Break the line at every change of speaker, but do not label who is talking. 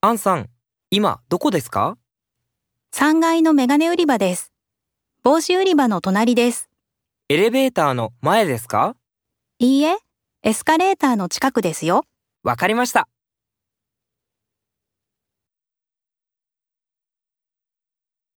アンさん、今どこですか
3階のメガネ売り場です。帽子売り場の隣です。
エレベーターの前ですか
いいえ、エスカレーターの近くですよ。
わかりました。